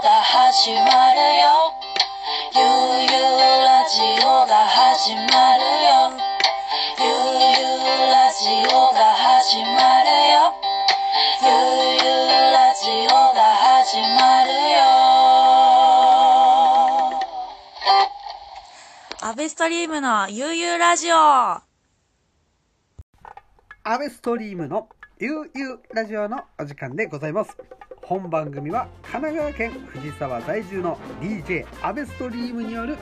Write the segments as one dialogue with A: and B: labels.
A: 始まるよゆうゆうラジオが始まるよゆうゆうラジオが始まるよゆうゆうラジオが始まるよ
B: アベストリームの悠々ラジオは
C: アベストリームの UU ラジオのお時間でございます本番組は神奈川県藤沢在住の DJ アベストリームによる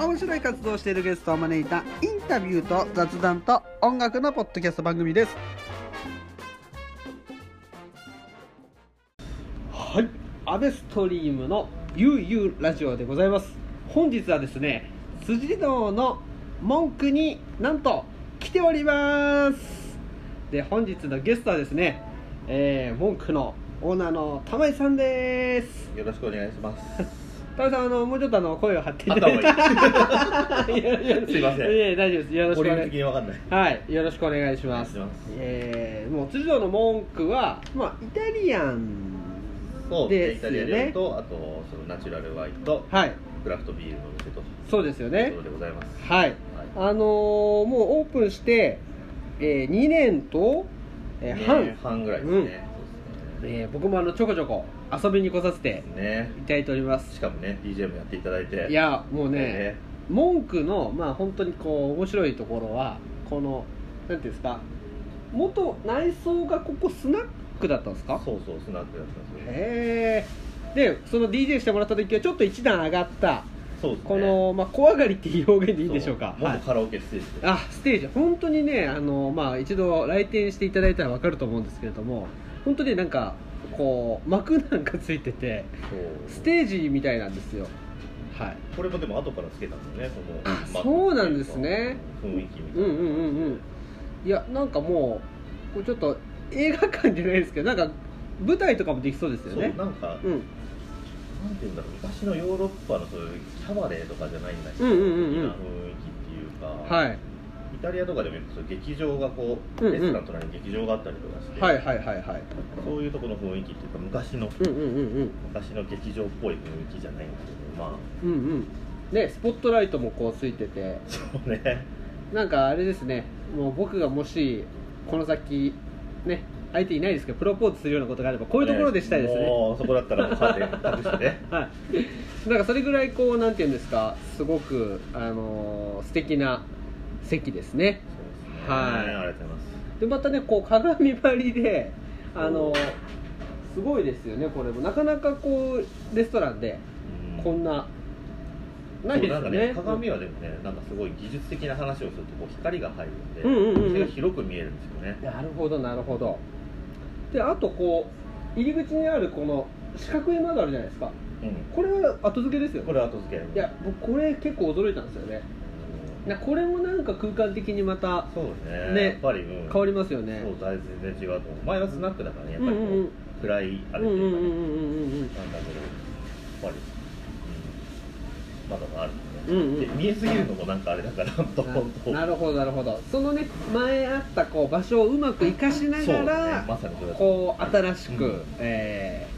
C: 面白い活動をしているゲストを招いたインタビューと雑談と音楽のポッドキャスト番組ですはいアベストリームの UU ラジオでございます本日はですね辻堂の文句になんと来ておりますで本日のゲストはですね、えー、文句のオーナーの玉井さんです
D: よろしくお願いします。
C: 玉井さんあのもうちょっとあの声を張ってい
D: あったた
C: だ
D: 方
C: いてい
D: がいい。
C: やいや
D: すいません
C: いや大丈夫ですよろし
D: ボ
C: く
D: リ
C: お願
D: ューム
C: い
D: 的にわかんない。
C: はいよろしくお願いします
D: お願いします
C: えーもう辻堂の文句はまあイタリアン
D: そう、
C: で
D: イ
C: すよ
D: タリア
C: ね
D: 料理と、あと、そのナチュラルワインと、
C: はい
D: クラフトビールの店と。
C: そうですよ
D: いう
C: ね
D: ことでございます。
C: はい
D: はい
C: あのーもうオープンして、え2年と、えー
D: ね
C: 半、
D: 半ぐらいですね。そうで
C: えー僕もあのちょこちょこ遊びに来させて
D: すね。ね
C: いただいております
D: しかもね、DJ もやっていただいて。
C: いやもうね、
D: ね。
C: 文句のまあ本当にこう面白いところはこのなんていうんですか元内装がここスナックだったんですか
D: そうそう、スナックやったんですよ。
C: へえでその DJ してもらった時はちょっと一段上がった
D: そうですね。
C: この、まあ、小上がりっていう表現でいいでしょうか
D: そも
C: は
D: っ
C: い
D: とカラオケステージで。
C: あステージ本当にねあの、まあ、一度来店していただいたら分かると思うんですけれども本当になんかこう幕なんかついててス
D: そう。
C: テージみたいなんですよはい
D: これもでも後からつけたんだよね、その
C: あ。そうなんですね。
D: 雰囲気みた
C: うん
D: い
C: うん
D: な。
C: うんうんいやなんかもうこれちょっと映画館じゃないですけどなんか舞台とかもできそうですよ
D: そう、
C: ね
D: なんか、
C: うん
D: なんていうんだろう昔のヨーロッパのそういうキャバレーとかじゃないんだけど、
C: うんうんうんうん
D: 的な雰囲気っていうか、
C: はい
D: イタリアとかでもよくそういう劇場がこ
C: う
D: う、
C: んうん
D: レストランとかに劇場があったりとかして、
C: はいはいはいはい
D: そういうところの雰囲気っていうか昔の
C: うんうんうん
D: 昔の劇場っぽい雰囲気じゃないんだけどまあ
C: うんうんうんねスポットライトもこうついてて
D: そうね
C: なんかあれですねもう僕がもしこの先ね相手いないですけどプロポーズするようなことがあればこういうところでしたいですね
D: もうそこだったらもうカーテン隠 してね
C: はいなんかそれぐらいこうなんていうんですかすごくあのー素敵な席ですね
D: そうですね
C: はい
D: ありがとうございます
C: でまたねこう鏡張りであのすごいですよねこれもなかなかこうレストランで
D: うん
C: こんな、ない
D: そ
C: です
D: うな
C: よ
D: んか
C: ね
D: ね鏡はでもねなんかすごい技術的な話をするとこう光が入るんで、
C: うんうんうんうん
D: それが広く見えるんですよね
C: なるほどなるほどであとこう入り口にあるこの四角い窓あるじゃないですか
D: うん
C: これは後付けですよ
D: これ後付
C: い
D: け
C: や僕これ結構驚いたんですよね
D: うん
C: なこれもなんか空間的にまた
D: そうね
C: ね
D: やっぱり、うん、
C: 変わりますよね
D: そう大全然違うと思う前はスナックだからねやっ
C: うん
D: ぱ
C: う
D: り
C: ん
D: こう、
C: うん
D: 暗いあ
C: う
D: れ
C: ん
D: っ
C: う
D: て
C: ん
D: いうか
C: う
D: ね、
C: ん
D: なんだけどやっぱり、うん、まだまだあるんだね、
C: うんうん
D: で見えすぎるのもなんかあれだから本当本当
C: ななるほどなるほどそのね前あったこう場所をうまく生かしな
D: そう
C: が
D: ね
C: ら、
D: まさにそれだと
C: こう新しく、
D: うん
C: えー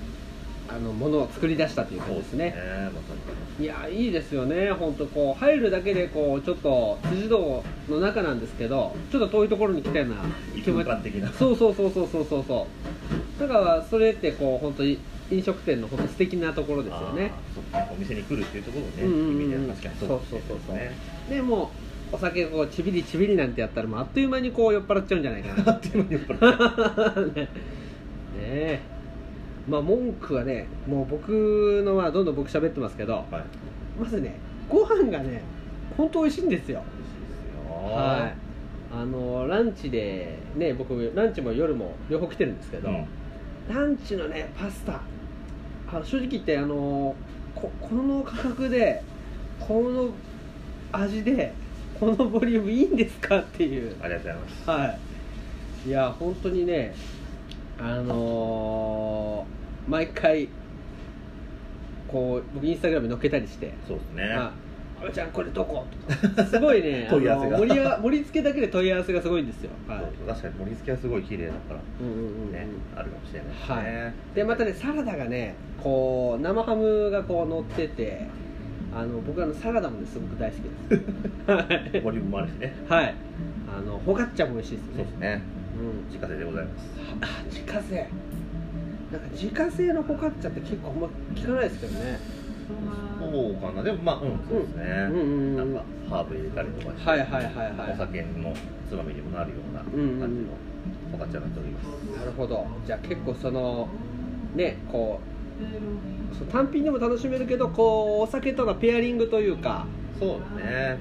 C: あのものを作り出したという感
D: そう
C: じですす
D: でね
C: ね
D: まさに
C: いやいいですよね本当こう入るだけでこうちょっと辻堂の中なんですけどちょっと遠いところに来たような
D: 異
C: 気持
D: 空
C: ち
D: 間的な
C: そうそうそうそうそうそうそうだからそれってこう本当に飲食店の本当素敵なところですよね
D: あーそうねお店に来るっていうところをね、
C: うんうんうん
D: 意味では確かにそう
C: そうそうそうそう
D: ね
C: でもうお酒こうちびりちびりなんてやったらもうあっという間にこう酔っ払っちゃうんじゃないかな
D: あっという間に酔っ払 っ
C: ねえまあ文句はねもう僕のはどんどん僕喋ってますけど
D: たはい
C: まずねご飯がね本当美味しいんですよ
D: 美味しいですよ
C: はいあのランチでね僕ランチも夜も両方来てるんですけど、
D: うん
C: ランチのねパスタあの正直言ってあのここの価格でこの味でこのボリュームいいんですかっていう
D: ありがとうございます
C: はい、いや本当にねあのー毎回こう僕インスタグラムに載っけたりして、
D: そうですね
C: あ「阿部ちゃんこれどこ?」とか すごいねあの
D: 問い合わせが
C: 盛りあ盛り付けだけで問い合わせがすごいんですよ、はい
D: 確かに盛り付けはすごい綺麗だから
C: うんうんうんうん
D: ね、あるかもしれないですね、
C: はいでまたねサラダがねこう生ハムがこう乗っててあの僕あのサラダもねすごく大好きですはい
D: ボリュームもあるしね
C: はいあのホガッチャも美味しいです
D: そう
C: ね
D: ですね
C: うん
D: 自家製でございます
C: あ自家製なんか自家製のホカッチャって結構あんま聞かないですけどね
D: そうかなでもまあうんそうですね、
C: うんうんうんうん
D: なんかハーブ入れたりとかして、
C: はいはいはいはい
D: お酒のつまみにもなるような感
C: うんうんうん
D: じのおかちゃになっております、
C: なるほどじゃあ結構そのねこうそう単品でも楽しめるけどこうお酒とのペアリングというか
D: そうだね、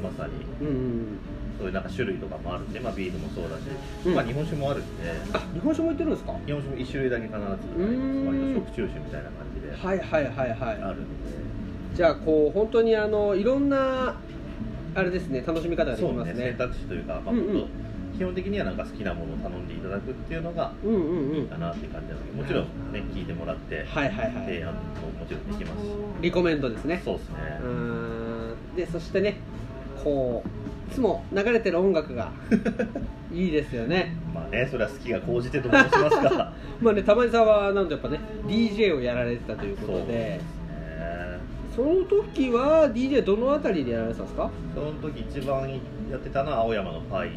D: うん、まさに
C: うん
D: そういうなんか種類とかもあるし、まあ、ビールもそうだし、
C: うん
D: まあ、日本酒もあるしね
C: あ日本酒もいってるんですか
D: 日本酒も一種類だけ必ずあります
C: うん
D: 割と食中酒みたいな感じで
C: はいはいはい
D: あ
C: は
D: るんで、
C: いじゃあこう本当にあのいろんなあれですね楽しみ方がで
D: そ
C: き
D: う
C: ます
D: ね
C: ね
D: 選択肢というか、まあ
C: うんうん
D: ほんと基本的にはなんか好きなものを頼んでいただくっていうのが
C: うんうんう
D: いい
C: ん
D: かなって感じなのでもちろんね聞いてもらって
C: はいはいはい
D: 提案ももちろんできますし
C: リコメンドですね
D: そうですね、
C: うーんでそしてねこういつも流れてる音楽 がいいですよね
D: まあねそれは好きが高じてと申しますか
C: まあ ね玉井さんはなんとやっぱね DJ をやられてたというこ
D: そう
C: とで
D: ですね
C: その時は DJ どのあたりでやられてたんですか
D: その時一番やってたのは青山のパイ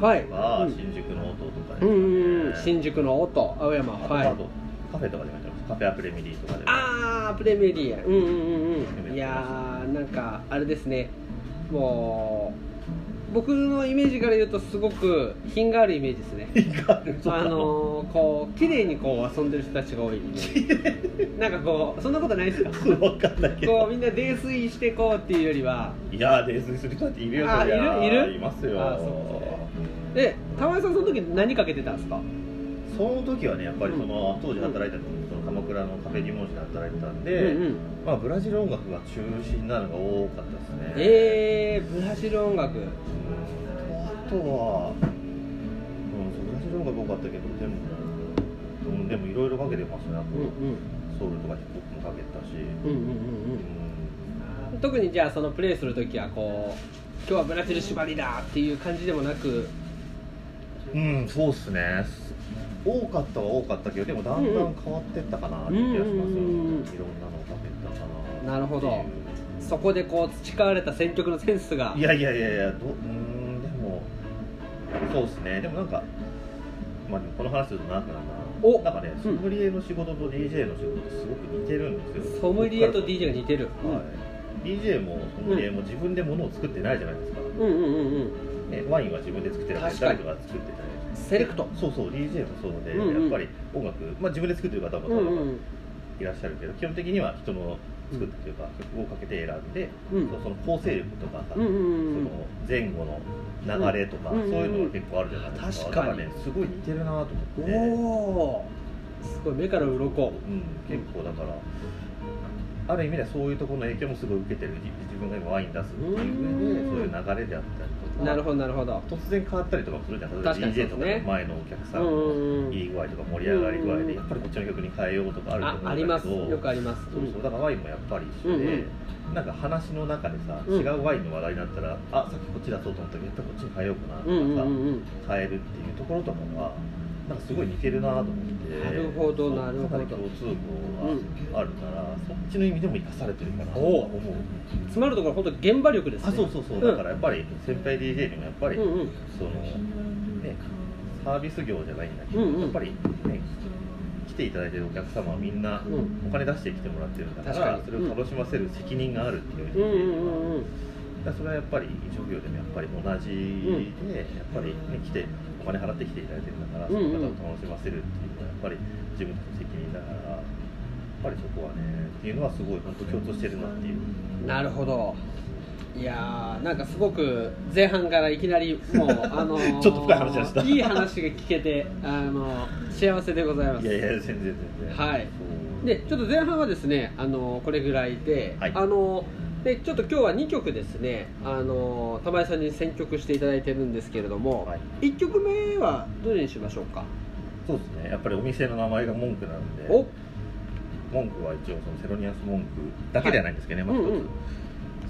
C: はい、
D: とか、
C: うん
D: 新宿の音とかですか
C: う
D: ね
C: んうんうん新宿の音青山
D: あと
C: は
D: あ
C: い
D: とカフェとかでもやってますカフェアプレミリーとかでも
C: あープレミリアうんうんうんうんいやーなんかあれですねもう僕のイメージから言うとすごく品があるイメージですね
D: いいかる
C: あのー、こう綺麗にこう遊んでる人たちが多いイメ ージなんかこうそんなことないですか
D: 分かんないけ
C: こう
D: ど
C: みんな泥酔してこうっていうよりはい
D: やー泥酔する人だっているよ
C: あ
D: そりゃ
C: いるいる
D: いますよ
C: あそうで玉井さんその時何かけてたんですか
D: その時はねやっぱりその、当時働いてたその鎌倉のカフェリモン市で働いてたんで、
C: うんうん
D: まあ、ブラジル音楽が中心なのが多かったですね
C: えー、ブラジル音楽
D: あとは、うん、そうブラジル音楽多かったけどでも、うん、でもいろいろかけてますねあと
C: うんうん
D: ソウルとかヒップホップもかけてたし、
C: うんうんうんうん特にじゃあそのプレイする時はこう今日はブラジル縛りだっていう感じでもなく
D: うん、うん、そうっすね多かったは多かったけどでもだんだん変わってったかなって気が
C: うんうんう
D: しますよ、
C: ん
D: いろんなのをかけたかな
C: なるほど
D: っていう
C: そこでこう培われた選曲のセンスが
D: いやいやいやいやどうーんでもそうですねでもなんかまあでもこの話すると長くなるな
C: お
D: なんかねソムリエの仕事と DJ の仕事ってすごく似てるんですよ
C: ソムリエと DJ が似てる、
D: はい DJ もソムリエも自分で物を作ってないじゃないですか、
C: うんうんうんうん
D: ね、ワインは自分で作ってる
C: 確か
D: 誰
C: に
D: かが作ってたり
C: セレクト
D: そうそう DJ もそうで、
C: うんうん
D: やっぱり音楽、まあ、自分で作ってる方も
C: う
D: 多
C: ん
D: 々
C: うん
D: いらっしゃるけど、基本的には人の作ったというか、曲をかけて選んで、
C: うん
D: その構成力とかさ、
C: うんうんう
D: そ
C: ん
D: の前後の流れとか、
C: うん
D: そういうのが結構あるじゃないです
C: 確か
D: か
C: に
D: だらねすごい似てるなと思って、うん、
C: おおすごい目から鱗
D: 結構だからある意味ではそういうところの影響もすごい受けてる自自分が今ワイン出すっていう上で
C: うん
D: そういう流れであったりとか
C: なるほどなるほど
D: 突然変わったりとかもするじゃん例えば
C: 確かにそうで
D: DJ と
C: す
D: か
C: ね
D: の前のお客さん
C: うん
D: の
C: うんうん
D: いい具合とか盛り上がり具合
C: うんうん
D: でやっぱりこっちの曲に変えようとかあると
C: あ
D: 思うんだけど
C: ありますよくあります
D: そうそうだからワインもやっぱり一緒で、
C: うん
D: なんか話の中でさ、
C: うん
D: 違うワインの話題になったらあさっきこっち出そうと思ったけどやっぱりこっちに変えようかなとかさ、
C: うんうんうんうん
D: 変えるっていうところとかはなんかすごい似てるなと思って
C: なるほど
D: そう
C: なるほど
D: かなり共通項があるから、そっちの意味でも生かされてるかなとは思う
C: 詰まるところ本当現場力ですね
D: あそうそうそう、
C: ん
D: だからやっぱり先輩 DJ にもやっぱり、
C: うんうん
D: そのねサービス業じゃないんだけど、
C: うんうん
D: やっぱりね来ていただいてるお客様はみんな
C: うん
D: お金出して来てもらってるんだから
C: 確かに
D: それを楽しませる責任があるっていう
C: う
D: 意味
C: ん
D: で
C: う
D: 言えば、
C: んうんうん
D: だからそれはやっぱり飲食業でもやっぱり同じで、
C: ん
D: やっぱり、ね、来てお金払って来ていただいてるんだから、
C: うんうん
D: その方を楽しませるっていうのはやっぱり自分たちの責任だからやっぱりそこはねっていうのはすごい本当共通してるなっていう。
C: なるほどいやーなんかすごく前半からいきなりもうあのー
D: ちょっと深い話でした
C: いい話が聞けてあのー幸せでございます
D: いやいや全然全然
C: はい
D: そう
C: でちょっと前半はですねあのーこれぐらいで、
D: はい
C: あのーでちょっと今日は2曲ですねあのー玉井さんに選曲していただいてるんですけれども、
D: はい
C: 一1曲目はどれにしましょうか、
D: そうですねやっぱりお店の名前が文句なんで
C: お
D: 文句は一応そのセロニアス文句だけではないんですけどね、
C: はい
D: まあ一
C: う
D: つ、
C: んうん
D: そ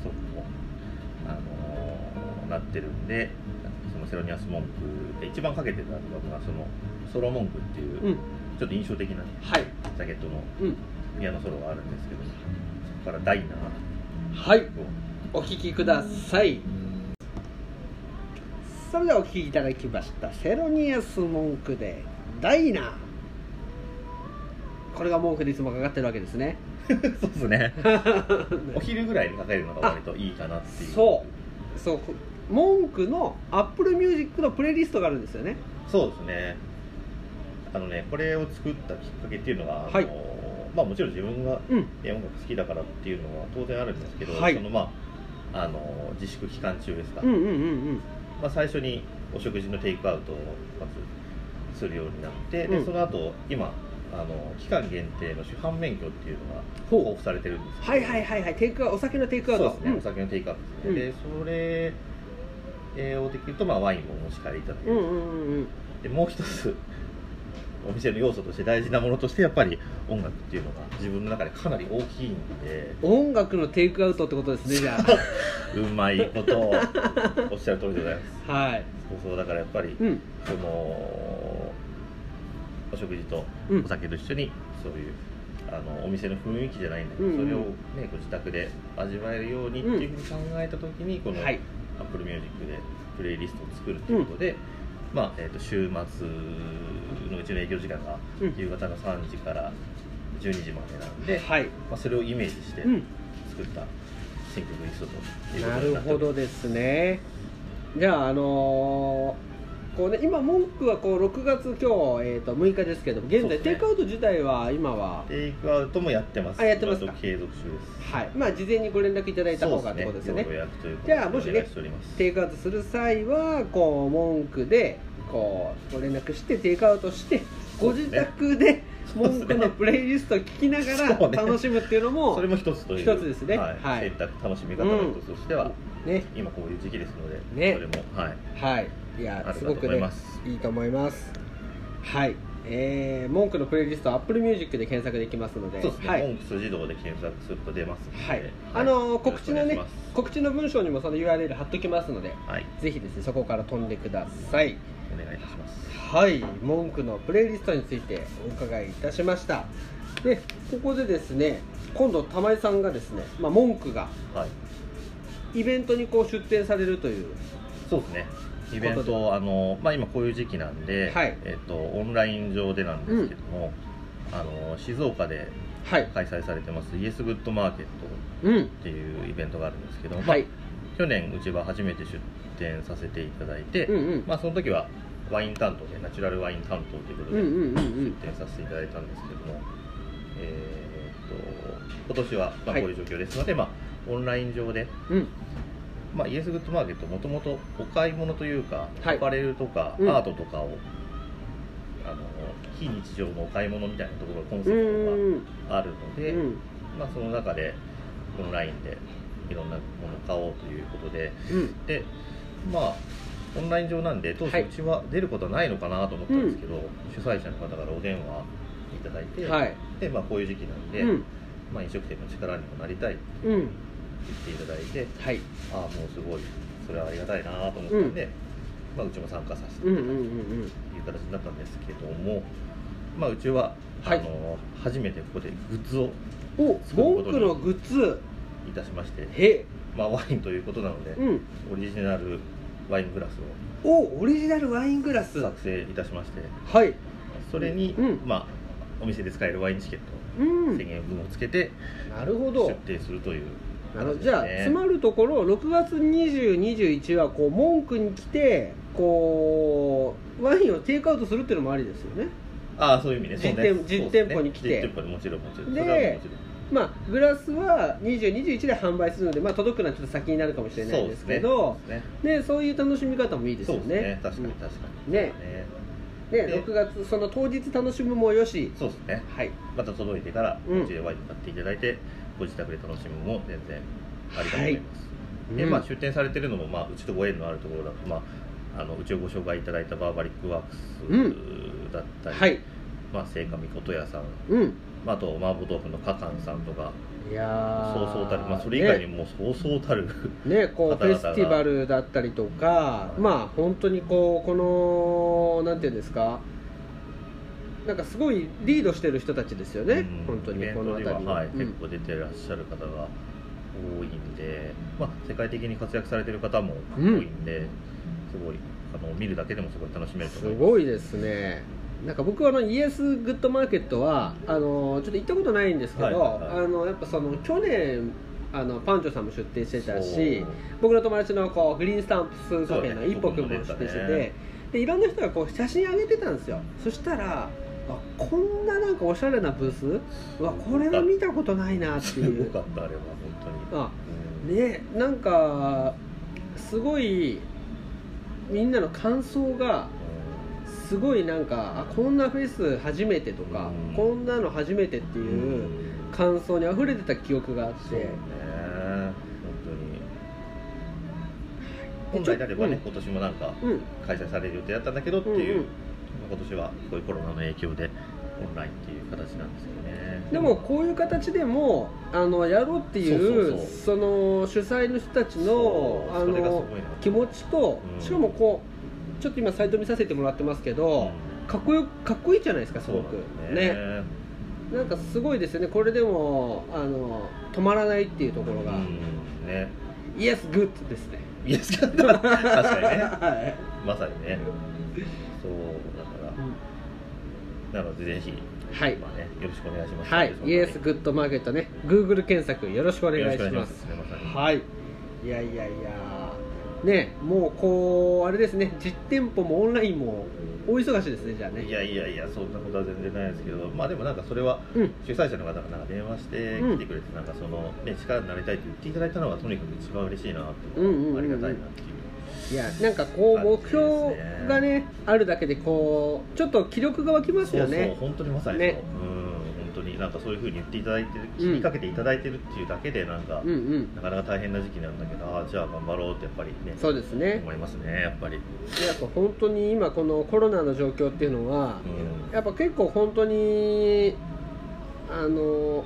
D: うなってるんでそのセロニアス文句で一番かけてたのがそのソロ文句っていう、
C: うん
D: ちょっと印象的な
C: はい
D: ジャケットの
C: うん
D: ピアノソロがあるんですけどそこからダイナー
C: はい
D: を
C: お聴きくださいそれではお聴きいただきましたセロニアス文句でダイナーこれが文句でいつもかかってるわけですね
D: そうですねお昼ぐらいにかけるのが割といいかなっていう
C: そうそう文句のアップルミュージックのプレイリストがあるんですよね
D: そうですねあのねこれを作ったきっかけっていうのが、あの
C: はい
D: まあ、もちろん自分が
C: うん
D: 音楽好きだからっていうのは当然あるんですけど、
C: はい
D: そのまああの自粛期間中ですか、
C: うんうんうん
D: まあ、最初にお食事のテイクアウトをまずするようになって、
C: う
D: で
C: ん
D: その後今あの期間限定の主販免許っていうのが
C: ほう
D: 交付されてるんですけど
C: はいはいはいはいテイクアお酒のテイクアウト
D: そうですね、お酒のテイクアウトですね、でそれえーをできると、まあ、ワインもお持ち帰りいただけ
C: う
D: る、
C: んうんうんうん
D: でもう一つお店の要素として大事なものとしてやっぱり音楽っていうのが自分の中でかなり大きいんで
C: 音楽のテイクアウトってことですねじゃ
D: うまいことをおっしゃる通りでございます
C: あはい
D: そうそうだからやっぱり
C: うん
D: そのお食事と
C: うん
D: お酒と一緒にそういう、あのお店の雰囲気じゃないんだけど、
C: うんうん
D: それを、ね、ご自宅で味わえるようにっていうふうに考えた時に、この
C: はい
D: Apple Music でプレイリストを作るということで、まあえー、と週末のうちの営業時間が
C: うん
D: 夕方の3時から12時までなんで、
C: はい
D: まあ、それをイメージして
C: うん
D: 作った新曲リストという
C: な
D: ことに
C: る
D: なって
C: ほ
D: おります
C: どですねじゃああのーこうね、今文句はこう6月今日、えー、と6日ですけど現
D: そう
C: 在、
D: ですね
C: テイクアウト自体は今は、
D: テイクアウトもやってます
C: あやってますか
D: ちょと継続中です
C: はいまあ、事前にご連絡いただいた方がって
D: そ
C: ことで
D: うで
C: すすよね
D: 要予約ということ
C: じ
D: で
C: ゃあもしね
D: お願いております
C: テイクアウトする際はこう文句でこうご連絡してテイクアウトしてご
D: そうで
C: 自
D: すね
C: 宅で
D: そうで
C: 文
D: すね
C: 句のプレイリストを聞きなが
D: そう
C: ら
D: ね
C: 楽しむっていうのも
D: それも一つという
C: 一つですね
D: はい
C: はい
D: 選択楽しみ方の一つとしては、
C: ね
D: 今こういう時期ですので、
C: ね
D: それもはい
C: はいいや
D: ある
C: す
D: かと
C: ごく
D: 思い
C: ね
D: ます、
C: いいと思いますはいえー、文句のプレイリストは Apple Music で検索できますので
D: そうですね、
C: はい
D: 音符自動で検索すると出ますので、
C: はいあのー
D: よろ
C: 告
D: し
C: 知
D: くお
C: の
D: 願いし
C: ね
D: ます
C: 告知の文章にもその URL 貼っときますので
D: はい
C: ぜひですねそこから飛んでください
D: お願いいたします
C: はい文句のプレイリストについてお伺いいたしましたでここでですね今度玉井さんがですね、まあ、文句が
D: はい
C: イベントにこう出展されるという
D: そうですねイベン
C: こと
D: トあのーまあ今こういう時期なんで、
C: はい
D: えっとオンライン上でなんですけども、あのー静岡で
C: はい
D: 開催されてますイエスグッドマーケット
C: うん
D: っていうイベントがあるんですけど、まあ
C: はい
D: 去年うちは初めて出店させていただいて、
C: うんうん
D: まあ、その時はワイン担当でナチュラルワイン担当ということ
C: うんう
D: で
C: ん
D: 出
C: うんうん
D: 店させていただいたんですけども、えーっと今年はまあ
C: はい
D: こういう状況ですので、まあ、オンライン上で、
C: うん
D: まあ、イエスグッドマーケットもともとお買い物というか、
C: はい
D: アパレルとかア
C: うん
D: ートとかを、あの非日常のお買い物みたいなところがコンセ
C: う
D: プ
C: ん
D: トがあるので、
C: うん
D: まあ、その中でオンラインでいろんなものを買おうということで。
C: うん
D: でまあオンライン上なんで当
C: は
D: 初
C: いう
D: ちは出ることはないのかなと思ったんですけど、主催者の方からお電話いただいて、
C: はい
D: でまあ、こういう時期なんで、
C: うん
D: まあ、飲食店の力にもなりたいって
C: うん
D: 言っていただいて
C: はい
D: ああもうすごいそれはありがたいなと思ったんで、まあ、うちも参加させて
C: う
D: い
C: ん
D: た
C: う
D: だい
C: ん
D: た
C: う
D: と
C: ん
D: いう形になったんですけども、まあ、うちは、
C: はい
D: あの初めてここでグッズを
C: うんお文句のグッズ
D: いたしまして、
C: へ
D: まあ、ワインということなので、
C: うん
D: オリジナルワイングラスを
C: おオリジナルワイングラス
D: 作成いたしまして。
C: はい
D: それに、
C: うん
D: まあ、お店で使えるワインチケッ
C: う
D: ト
C: ん
D: 1000円分をつけて
C: なるほど
D: 出店するという
C: あの
D: 形ですね
C: じゃあつまるところ6月2021はこう文句に来てこうワインをテイクアウトするっていうのもありですよね
D: ああそういう意味ねそうね
C: 実店
D: そうですね
C: 実店舗に来て
D: 実店舗にもちろんもちろん
C: で
D: それはもちろん
C: まあグラスは2021で販売するので、まあ、届くのはちょっと先になるかもしれないですけど
D: そうですね
C: そう,、ね、そういう楽しみ方もいいです
D: そう
C: よ
D: です
C: ね
D: ね確かに確かに
C: ね
D: ね
C: ね
D: で
C: 6月その当日楽しむもよし
D: そうですね
C: はい
D: また届いてから
C: うん
D: うちでワイン買っていただいて、ご自宅で楽しむも全然ありだと思います、で
C: うん
D: まあ、出店されてるのも、まあ、うちとご縁のあるところだと、まあ、あのうちをご紹介いただいたバーバリックワークスだったり、
C: はい
D: まあ、聖火みこと屋さん
C: うん
D: まあ、あと麻婆豆腐のカカンさんとか
C: いや
D: そう
C: ー
D: そうたる、まあ、それ以外にもそうそうたる、
C: ねねこう
D: 方
C: フェ
D: 々が
C: スティバルだったりとか
D: い
C: まあ本当にこうこのなんていうんですかなんかすごいリードしてる人たちですよね、
D: うん
C: 本当
D: イ
C: に
D: ベン
C: この
D: ト
C: 辺
D: に
C: り
D: は、はい
C: うん
D: 結構出てらっしゃる方が多いんで、まあ、世界的に活躍されてる方も多いんで、すごいあの見るだけでもすごい楽しめると
C: す
D: 思います。
C: ごいですねなんか僕はあのイエスグッドマーケットはあのちょっと行ったことないんですけど、
D: はいはいはい
C: あのやっぱその去年あのパンチョさんも出店してたし
D: そう
C: 僕の友達のこうグリーンスタンプカフェの
D: そうね
C: 一歩くんも出
D: 僕
C: 店
D: も
C: し
D: 出
C: てて
D: た
C: て、
D: ね
C: でいろんな人がこう写真上げてたんですよそしたらあこんななんかおしゃれなブースうわこれは見たことないなって
D: す
C: い
D: ご
C: う
D: かったあれは本
C: あ
D: 当に、
C: ねなんかすごいみんなの感想がすごいなんかあこんなフェス初めてとか、
D: うん
C: こんなの初めてって
D: う
C: いうん感想にあふれてた記憶があっ
D: そうね
C: て
D: 本当
C: で
D: に本来であればね、
C: ち
D: 今年もなんか
C: うん
D: 開催される予定だったんだけどっていう、
C: うんうん
D: まあ今年はこういうコロナの影響でオンラインっていう形なんですけどね
C: でもこういう形でもあのやろうっていうそ
D: そうそう
C: の主催の人たちの
D: そう
C: あ
D: それがす
C: の
D: ごいな
C: 気持ちと、
D: うん
C: しかもこうちょっと今サイト見させてもらってますけど、かっこよかっこいいじゃないですかす
D: そ
C: ご
D: うなん
C: く
D: ですね
C: ねなんかすごいですよねこれでもあの止まらないっていうところ
D: う
C: が、
D: んね
C: イエスグッドですね
D: いや確 かにね
C: はい
D: まさにねそうだからなのでぜひ、
C: はい
D: まあね、よろしくお願いします
C: はい、イエス
D: よ
C: グッドマーケットね、Google 検索よろしくお願
D: ろ
C: い
D: しくお願い
C: し
D: し
C: ま
D: ますす。ねまさに
C: はい、いやいやいや、ね、もうこうあれですね、実店舗もオンラインも大忙しですねじゃあね。
D: いやいやいやそんなことは全然ないですけどまあでもなんかそれは
C: うん、
D: 主催者の方がなんか電話して
C: うん
D: 来てくれて、なんかその、ね、力になりたいって言っていただいたのがとにかく一番嬉しいなって、
C: うんうんうんうん
D: ありがたいなっていう
C: いやなんかこう目標がねあるだけでこうちょっと気力が湧きます
D: そう
C: よ
D: そう
C: ね。
D: 本当にまさにそう、
C: ね
D: うん本当になんかそういうふうに言っていただいてる
C: うん
D: 気にかけていただいてるっていうだけでなんか、
C: うんうん、
D: なかなか大変な時期なんだけどああじゃあ頑張ろうってやっぱりね
C: そうですね。
D: 思いますねやっぱり、
C: やっぱ本当に今このコロナの状況っていうのは
D: う、ん
C: やっぱ結構本当にあの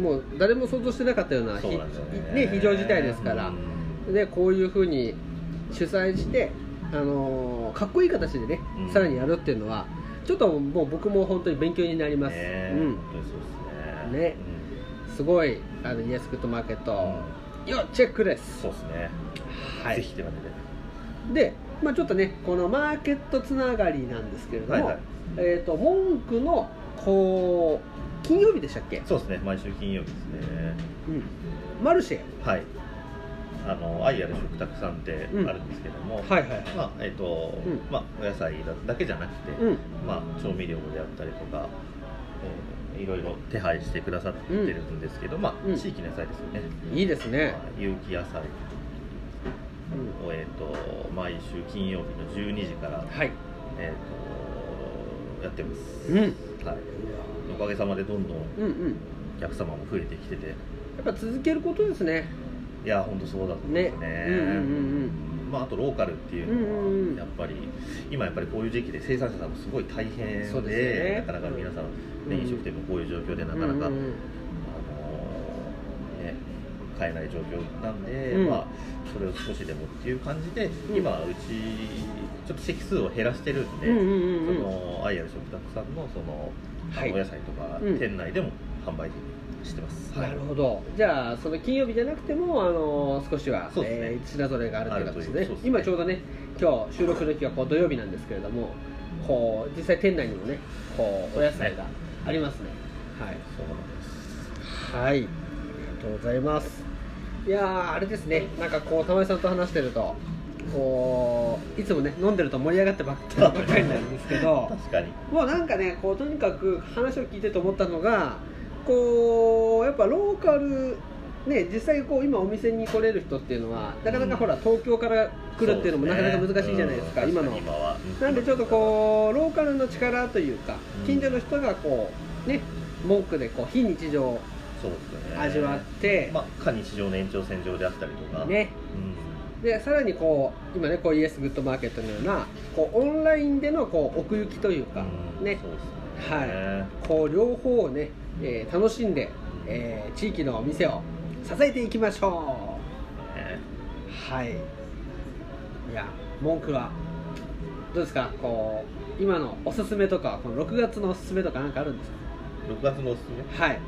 C: もう誰も想像してなかったような
D: そうなんですよ
C: ひ
D: ね
C: ね非常事態ですから
D: うん、
C: でこういうふうに主催して、あのかっこいい形でね、
D: うん
C: さらにやるっていうのはちょっともう僕も本当に勉強になります、
D: ね
C: うん
D: 本当にそうですね
C: ねすごいあのイエスクットマーケット、
D: うん
C: 要チェックで
D: うん
C: す
D: そうですね、
C: はい
D: ぜひというわけで
C: で、まあ、ちょっとねこのマーケットつながりなんですけれども、
D: はいはい
C: えー、と文句のこう金曜日でしたっけ、
D: そうですね毎週金曜日ですね
C: うん、マルシェ
D: はいあの愛ある食卓さんって
C: うん
D: あるんですけども、
C: はいはいはい
D: まあえっ、と、
C: うん
D: まあお野菜だだけじゃなくて、
C: うん
D: まあ、調味料であったりとか、えーいろいろ手配してくださってるんですけど、まあ、
C: うん
D: 地域の野菜ですよね、
C: いいですね
D: まあ、有機野菜
C: うん
D: を、えー、と毎週金曜日の12時から、
C: はい
D: えー、とやってます、
C: うん
D: はい、おかげさまでどんどん
C: うんうん
D: お客様も増えてきてて
C: やっぱ続けることですね
D: いや本当そうだと思いますね
C: ねうんうん
D: まあ、あとローカルっていうの
C: う
D: は、
C: んうんうん
D: やっぱり今やっぱりこういう時期で生産者さんもすごい大変で
C: そうですよね
D: なかなか皆さん、ね
C: うん
D: 飲食店もこういう状況でなかなか、
C: うんうん
D: あのね、買えない状況なんで、
C: うん
D: まあ、それを少しでもっていう感じで、
C: ん
D: 今うちちょっと席数を減らしてるんで、
C: うんうんうんうん
D: そのアイアル食卓さんのその、あの
C: はい
D: お野菜とか、
C: うん
D: 店内でも販売してます。
C: なるほどじゃあその金曜日じゃなくてもあの少しは、
D: そうですね
C: えー品ぞれがあるということです
D: あ
C: ね
D: るというそうですね
C: 今ちょうどね今日収録の日はこう土曜日なんですけれどもこう実際店内にもねこうお野菜がありますね
D: そうなんです
C: はい、はい、ありがとうございますいやーあれですねなんかこう玉井さんと話してるとこういつもね飲んでると盛り上がってばっかりばっかりなんですけ ど
D: 確かに
C: もうなんかねこうとにかく話を聞いてと思ったのがこうやっぱローカルね実際こう今お店に来れる人っていうのはなかなかほら東京から来るっていうのもなかなか難しいじゃないですか、
D: そう
C: 今
D: ね
C: の
D: うん確かに今は
C: なんでちょっとこうローカルの力というか
D: うん
C: 近所の人がこうね文句でこう非日常を
D: うんそうですよね
C: 味わって、
D: まあ、か日常の延長線上であったりとか、
C: ね
D: うん
C: でさらにこう今ねこうイエスグッドマーケットのようなこうオンラインでのこう奥行きというか、
D: うん
C: ね
D: そうですねね、
C: こう両方をね、えー楽しんで、えー地域のお店を支えていきましょ
D: ね
C: うはいいや文句はどうですかこう今のおすすめとかこの6月のおすすめとかなんかあるんです
D: 6月のおすすめ
C: かはい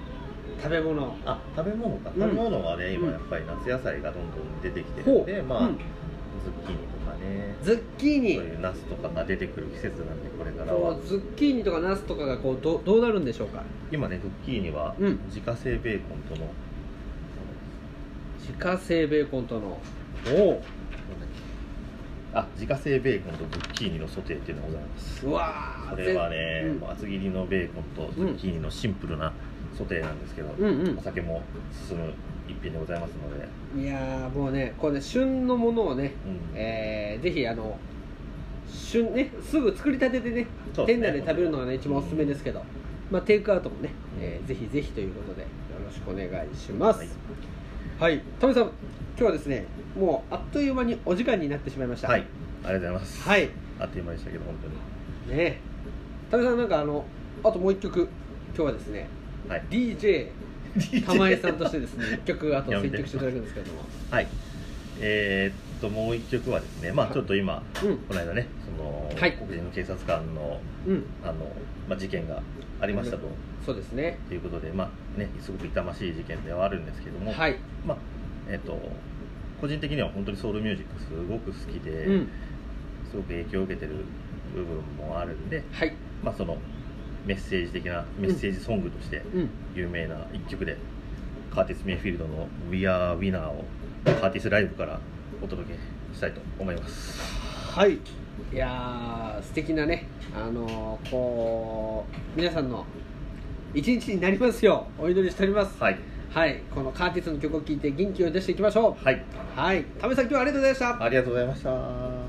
C: 食べ物
D: あ食べ物か
C: うん
D: 食べ物はね、
C: う
D: 今
C: ん
D: やっぱり夏野菜がどんどん出てきてる
C: ほ
D: ん
C: う、
D: で、まあ、
C: うん
D: ズッキーニとかね
C: ズッキー
D: そう
C: ニ
D: いうナスとかが出てくる季節なんでこれからは
C: こうズッキーニとかナスとかがこうどどうなるんでしょうか
D: 今ねズッキーニは
C: うん
D: 自家製ベーコンとの、
C: 自家製ベーコンとのおお
D: あ自家製ベーコンとズッキーニのソテーっていうのがございます
C: うわー
D: これはね、
C: うん
D: もう厚切りのベーコンとズッキーニのシンプルなソテーなんですけど、
C: うんうん
D: お酒も進む一品でございますので、
C: いやーもうねこうね旬のものをね、
D: うん
C: えーぜひあの旬ねすぐ作りたてでね
D: そうです
C: 店
D: ね
C: 内で食べるのがね一番おすすめですけど、まあ、テイクアウトもね、
D: うん
C: えーぜひぜひということでよろしくお願いします
D: はい
C: はいトミさん今日はですねもうあっという間にお時間になってしまいました
D: はいありがとうございます、
C: はい
D: あっという間でしたけど本当に
C: ねトミさんなんかあのあともう一曲今日はですね
D: はい
C: DJ 玉井さんとしてですね一曲あと
D: や
C: 選
D: めて
C: 曲していただくんですけれども
D: はいえーっともう一曲はですねまあちょっと今
C: うん
D: この間ねその、
C: はい
D: 黒人の警察官の
C: うん
D: あの、まあ、事件がありましたと
C: そうですね
D: ということで、まあね、すごく痛ましい事件ではあるんですけども、
C: はい、
D: まあえっと個人的には本当にソウルミュージックすごく好きで、
C: うん
D: すごく影響を受けてる部分もあるんで、
C: はい
D: まあ、そのメッセージ的なメッセージソングとして
C: うん
D: 有名な一曲で、カーティス・メイフィールドの「We Are Winner」をカーティスライブからお届けしたいと思います。
C: はいいやー素敵なねあのーこう皆さんの一日になりますようお祈りしております
D: はい、
C: はいこのカーティスの曲を聴いて元気を出していきましょ
D: はい、
C: うはい為さん今日はありがとうございました
D: ありがとうございました。